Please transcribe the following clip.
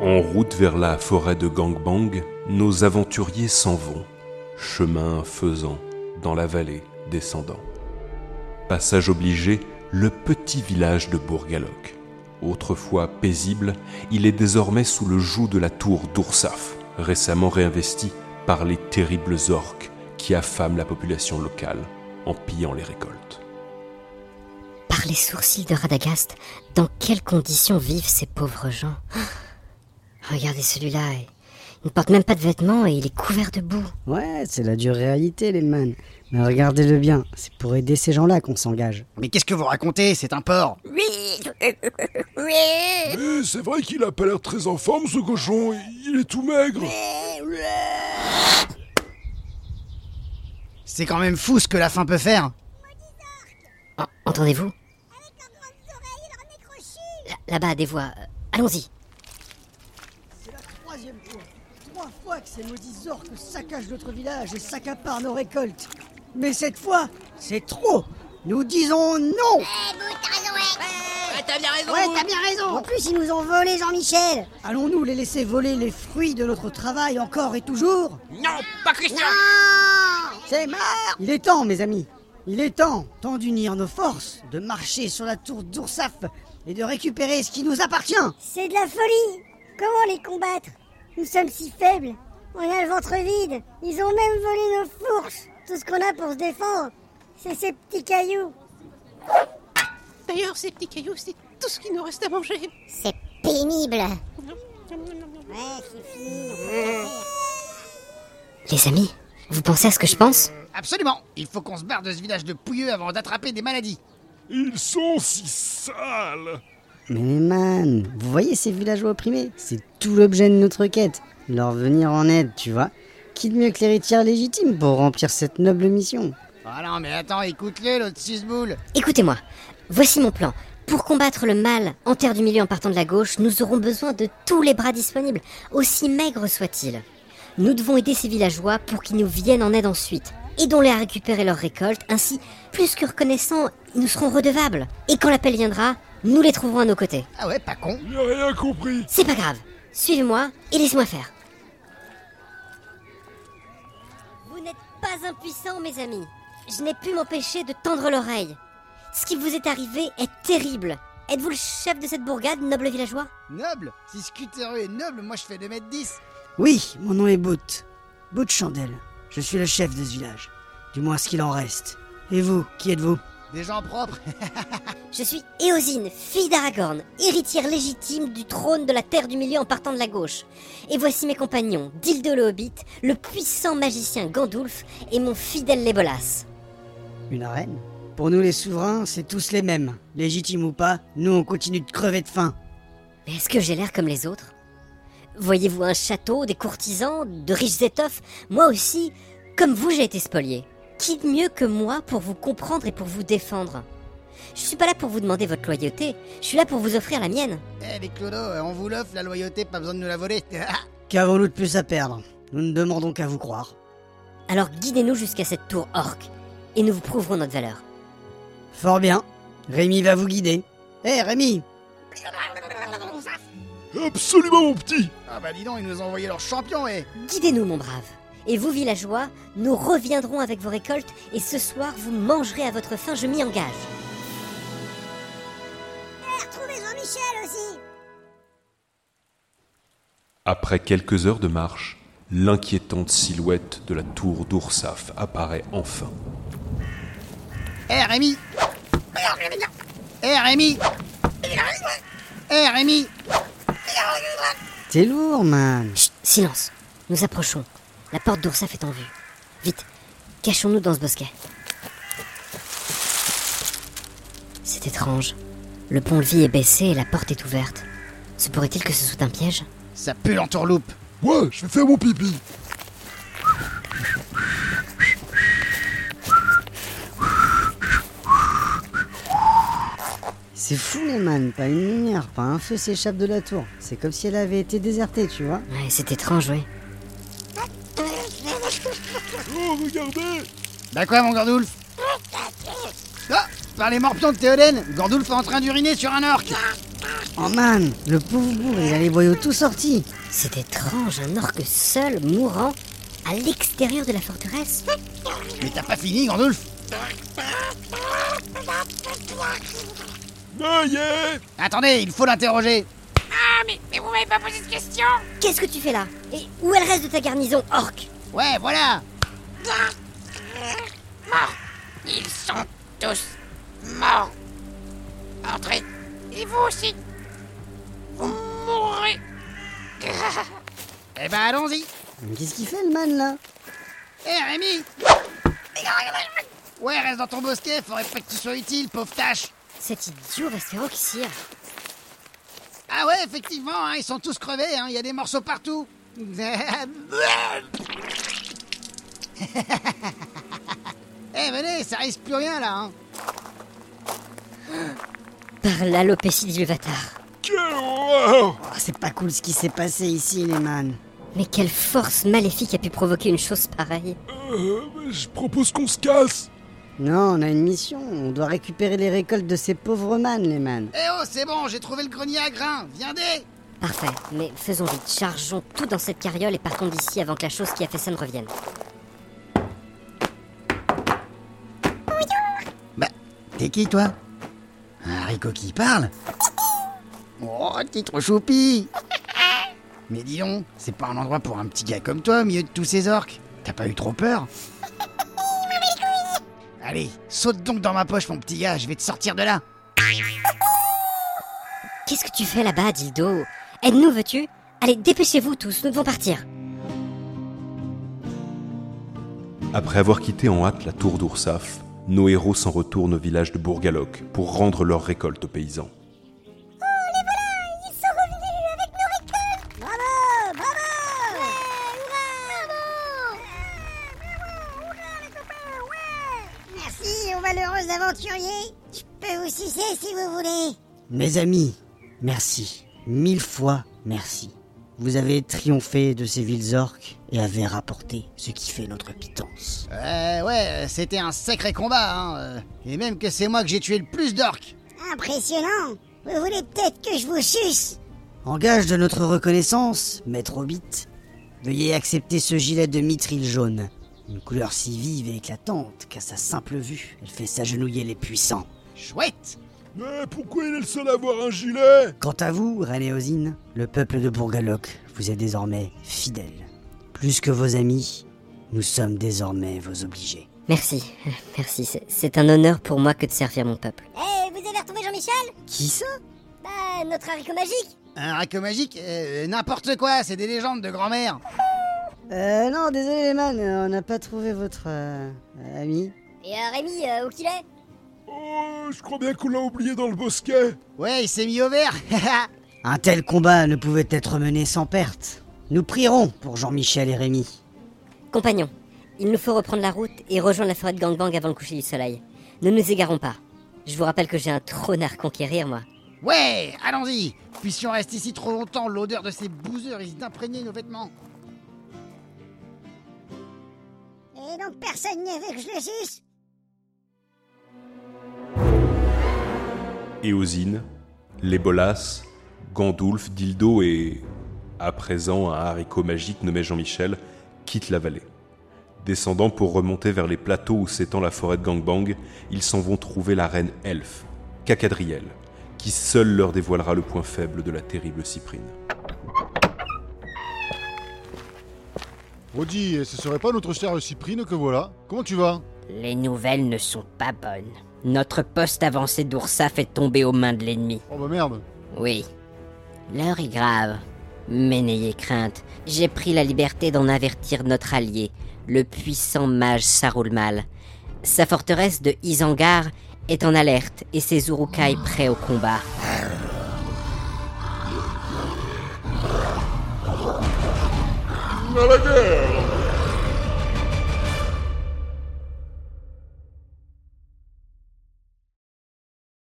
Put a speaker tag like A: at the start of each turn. A: En route vers la forêt de Gangbang, nos aventuriers s'en vont, chemin faisant, dans la vallée descendant. Passage obligé, le petit village de Bourgaloc. Autrefois paisible, il est désormais sous le joug de la tour d'Oursaf, récemment réinvestie par les terribles orques qui affament la population locale en pillant les récoltes.
B: Par les sourcils de Radagast, dans quelles conditions vivent ces pauvres gens Ah, Regardez celui-là, il ne porte même pas de vêtements et il est couvert de boue.
C: Ouais, c'est la dure réalité, les man. Mais regardez-le bien, c'est pour aider ces gens-là qu'on s'engage.
D: Mais qu'est-ce que vous racontez C'est un porc
E: Mais Eh, c'est vrai qu'il a pas l'air très en forme ce cochon, il est tout maigre.
D: C'est quand même fou ce que la faim peut faire
B: En- Entendez-vous Là- Là-bas, des voix. Euh, Allons-y.
F: C'est la troisième fois, trois fois que ces maudits orques saccagent notre village et s'accaparent nos récoltes. Mais cette fois, c'est trop. Nous disons non.
G: Eh, Ouais, t'as bien raison. En plus, ils nous ont volé Jean-Michel.
F: Allons-nous les laisser voler les fruits de notre travail encore et toujours
G: Non
F: C'est marre Il est temps, mes amis. Il est temps, temps d'unir nos forces, de marcher sur la tour d'Oursaf et de récupérer ce qui nous appartient.
G: C'est de la folie. Comment les combattre Nous sommes si faibles. On a le ventre vide. Ils ont même volé nos fourches. Tout ce qu'on a pour se défendre, c'est ces petits cailloux.
H: D'ailleurs, ces petits cailloux, c'est tout ce qu'il nous reste à manger.
G: C'est pénible.
B: Les amis, vous pensez à ce que je pense
D: Absolument Il faut qu'on se barre de ce village de pouilleux avant d'attraper des maladies
E: Ils sont si sales.
C: Mais les man, vous voyez ces villageois opprimés C'est tout l'objet de notre quête. Leur venir en aide, tu vois. Qui de mieux que l'héritière légitime pour remplir cette noble mission
D: Oh non, mais attends, écoute-le, l'autre susboule
B: Écoutez-moi, voici mon plan. Pour combattre le mal en terre du milieu en partant de la gauche, nous aurons besoin de tous les bras disponibles, aussi maigres soient-ils. Nous devons aider ces villageois pour qu'ils nous viennent en aide ensuite. Aidons-les à récupérer leurs récoltes, ainsi, plus que reconnaissants, ils nous seront redevables. Et quand l'appel viendra, nous les trouverons à nos côtés.
D: Ah ouais, pas con
E: Il a rien compris.
B: C'est pas grave, suivez-moi et laissez-moi faire. Vous n'êtes pas impuissants, mes amis. Je n'ai pu m'empêcher de tendre l'oreille. Ce qui vous est arrivé est terrible. Êtes-vous le chef de cette bourgade, noble villageois
D: Noble Si Scootereux est noble, moi je fais 2m10
F: Oui, mon nom est Bout. Bout Chandelle. Je suis le chef de ce village. Du moins ce qu'il en reste. Et vous, qui êtes-vous
D: Des gens propres
B: Je suis Éosine, fille d'Aragorn, héritière légitime du trône de la Terre du Milieu en partant de la gauche. Et voici mes compagnons, Dildo le Hobbit, le puissant magicien Gandulf et mon fidèle Lébolas.
C: Une reine
F: Pour nous les souverains, c'est tous les mêmes. Légitimes ou pas, nous on continue de crever de faim.
B: Mais est-ce que j'ai l'air comme les autres Voyez-vous un château, des courtisans, de riches étoffes Moi aussi, comme vous, j'ai été spolié. Qui de mieux que moi pour vous comprendre et pour vous défendre Je suis pas là pour vous demander votre loyauté, je suis là pour vous offrir la mienne.
D: Eh les clodos, euh, on vous l'offre, la loyauté, pas besoin de nous la voler
F: Qu'avons-nous de plus à perdre Nous ne demandons qu'à vous croire.
B: Alors guidez-nous jusqu'à cette tour orque, et nous vous prouverons notre valeur.
F: Fort bien. Rémi va vous guider. Hé Rémi
E: Absolument mon petit.
D: Ah bah dis donc, ils nous ont envoyé leur champion, eh
B: Guidez-nous, mon brave. Et vous, villageois, nous reviendrons avec vos récoltes, et ce soir, vous mangerez à votre faim, je m'y engage.
G: Retrouver Jean-Michel aussi.
A: Après quelques heures de marche, l'inquiétante silhouette de la tour d'Oursaf apparaît enfin.
D: Eh Rémi Eh Rémi Eh Rémi
C: T'es lourd, man
B: Chut, silence. Nous approchons. La porte d'Oursaf est en vue. Vite, cachons-nous dans ce bosquet. C'est étrange. Le pont-levis est baissé et la porte est ouverte. Se pourrait-il que ce soit un piège
D: Ça pue l'entourloupe
E: Moi, je vais faire mon pipi.
C: C'est fou, les man. Pas une lumière, pas un feu s'échappe de la tour. C'est comme si elle avait été désertée, tu vois.
B: Ouais, c'est étrange, oui.
E: Oh regardez,
D: Bah quoi, mon Gandoulf Ah Par les morpions de Théoden, Gandoulf est en train d'uriner sur un orque
C: Oh man, le pauvre bourg, il a les boyaux tout sortis.
B: C'est étrange, un orque seul, mourant, à l'extérieur de la forteresse. Hein,
D: Mais t'as pas fini, Gandalf
I: Ah,
E: Neuillet
D: Attendez, il faut l'interroger.
B: Qu'est-ce que tu fais là Et où est le reste de ta garnison, orque
D: Ouais, voilà
I: Ils sont tous morts. Entrez. Et vous aussi. Vous mourrez.
D: Eh ben, allons-y
C: Mais Qu'est-ce qu'il fait le man là
D: Hé, Rémi Ouais, reste dans ton bosquet, faudrait pas que tu sois utile, pauvre tâche
B: Cet idiot va se faire enquisir.
D: Ah ouais, effectivement, hein, ils sont tous crevés, hein, il y a des morceaux partout Eh, Eh, venez, ça risque plus rien, là hein.
B: Par l'alopécie du Vatar.
E: Quelle horreur
C: Oh, C'est pas cool ce qui s'est passé ici les man.
B: Mais quelle force maléfique a pu provoquer une chose pareille
E: Euh, Je propose qu'on se casse
C: Non, on a une mission, on doit récupérer les récoltes de ces pauvres man les man.
D: Eh oh, c'est bon, j'ai trouvé le grenier à grains, viendez
B: Parfait, mais faisons vite, chargeons tout dans cette carriole et partons d'ici avant que la chose qui a fait ça ne revienne.
D: Bah, t'es qui, toi Un haricot qui parle Oh, t'es trop choupi Mais dis donc, c'est pas un endroit pour un petit gars comme toi au milieu de tous ces orques. T'as pas eu trop peur Allez, saute donc dans ma poche, mon petit gars, je vais te sortir de là
B: Qu'est-ce que tu fais là-bas, Dildo Aide-nous, veux-tu Allez, dépêchez-vous tous, nous devons partir.
A: Après avoir quitté en hâte la tour d'Oursaf, nos héros s'en retournent au village de Bourgaloc pour rendre leur récolte aux paysans.
G: Bravo Bravo Merci, on va l'heureux aventurier Je peux vous sucer si vous voulez
C: Mes amis, merci. Mille fois merci. Vous avez triomphé de ces villes orques et avez rapporté ce qui fait notre pitance.
D: Euh, ouais, euh, c'était un sacré combat, hein euh, Et même que c'est moi que j'ai tué le plus d'orques
G: Impressionnant Vous voulez peut-être que je vous suce
C: En gage de notre reconnaissance, maître Hobbit, veuillez accepter ce gilet de mithril jaune. Une couleur si vive et éclatante qu'à sa simple vue, elle fait s'agenouiller les puissants.
D: Chouette
E: Mais pourquoi il est le seul à avoir un gilet
C: Quant à vous, Renéosine, le peuple de Bourgaloc vous est désormais fidèle. Plus que vos amis, nous sommes désormais vos obligés.
B: Merci, merci, c'est- c'est un honneur pour moi que de servir mon peuple.
G: Eh, vous avez retrouvé Jean-Michel
C: Qui ça
G: Bah, notre haricot magique
D: Un raco magique euh, N'importe quoi, c'est des légendes de grand-mère
C: Euh, non, désolé, les man, euh, on n'a pas trouvé votre euh, ami.
G: Et euh, Rémi, euh, où qu'il est
E: Oh, je crois bien qu'on l'a oublié dans le bosquet
D: Ouais, il s'est mis au vert
C: Un tel combat ne pouvait être mené sans perte. Nous prierons pour Jean-Michel et Rémi.
B: Compagnons, il nous faut reprendre la route et rejoindre la forêt de Gangbang avant le coucher du soleil. Ne nous égarons pas. Je vous rappelle que j'ai un trône à reconquérir, moi.
D: Ouais, allons-y Puis si on reste ici trop longtemps, l'odeur de ces bouseurs risque d'imprégner nos vêtements.
G: Et donc personne n'y veut que je le suce
A: Éosine, les Bolas, Gandulf, Dildo et, à présent un haricot magique nommé Jean-Michel, quittent la vallée. Descendant pour remonter vers les plateaux où s'étend la forêt de Gangbang, ils s'en vont trouver la reine elfe, Cacadriel, qui seule leur dévoilera le point faible de la terrible Cyprine.
J: Rodi, ce serait pas notre chère Cyprine que voilà Comment tu vas
I: Les nouvelles ne sont pas bonnes. Notre poste avancé d'Oursaf est tombé aux mains de l'ennemi.
J: Oh bah merde
I: Oui. L'heure est grave. Mais n'ayez crainte, j'ai pris la liberté d'en avertir notre allié, le puissant mage Sarulmal. Sa forteresse de Isangar est en alerte et ses Urukai prêts au combat.
E: À la guerre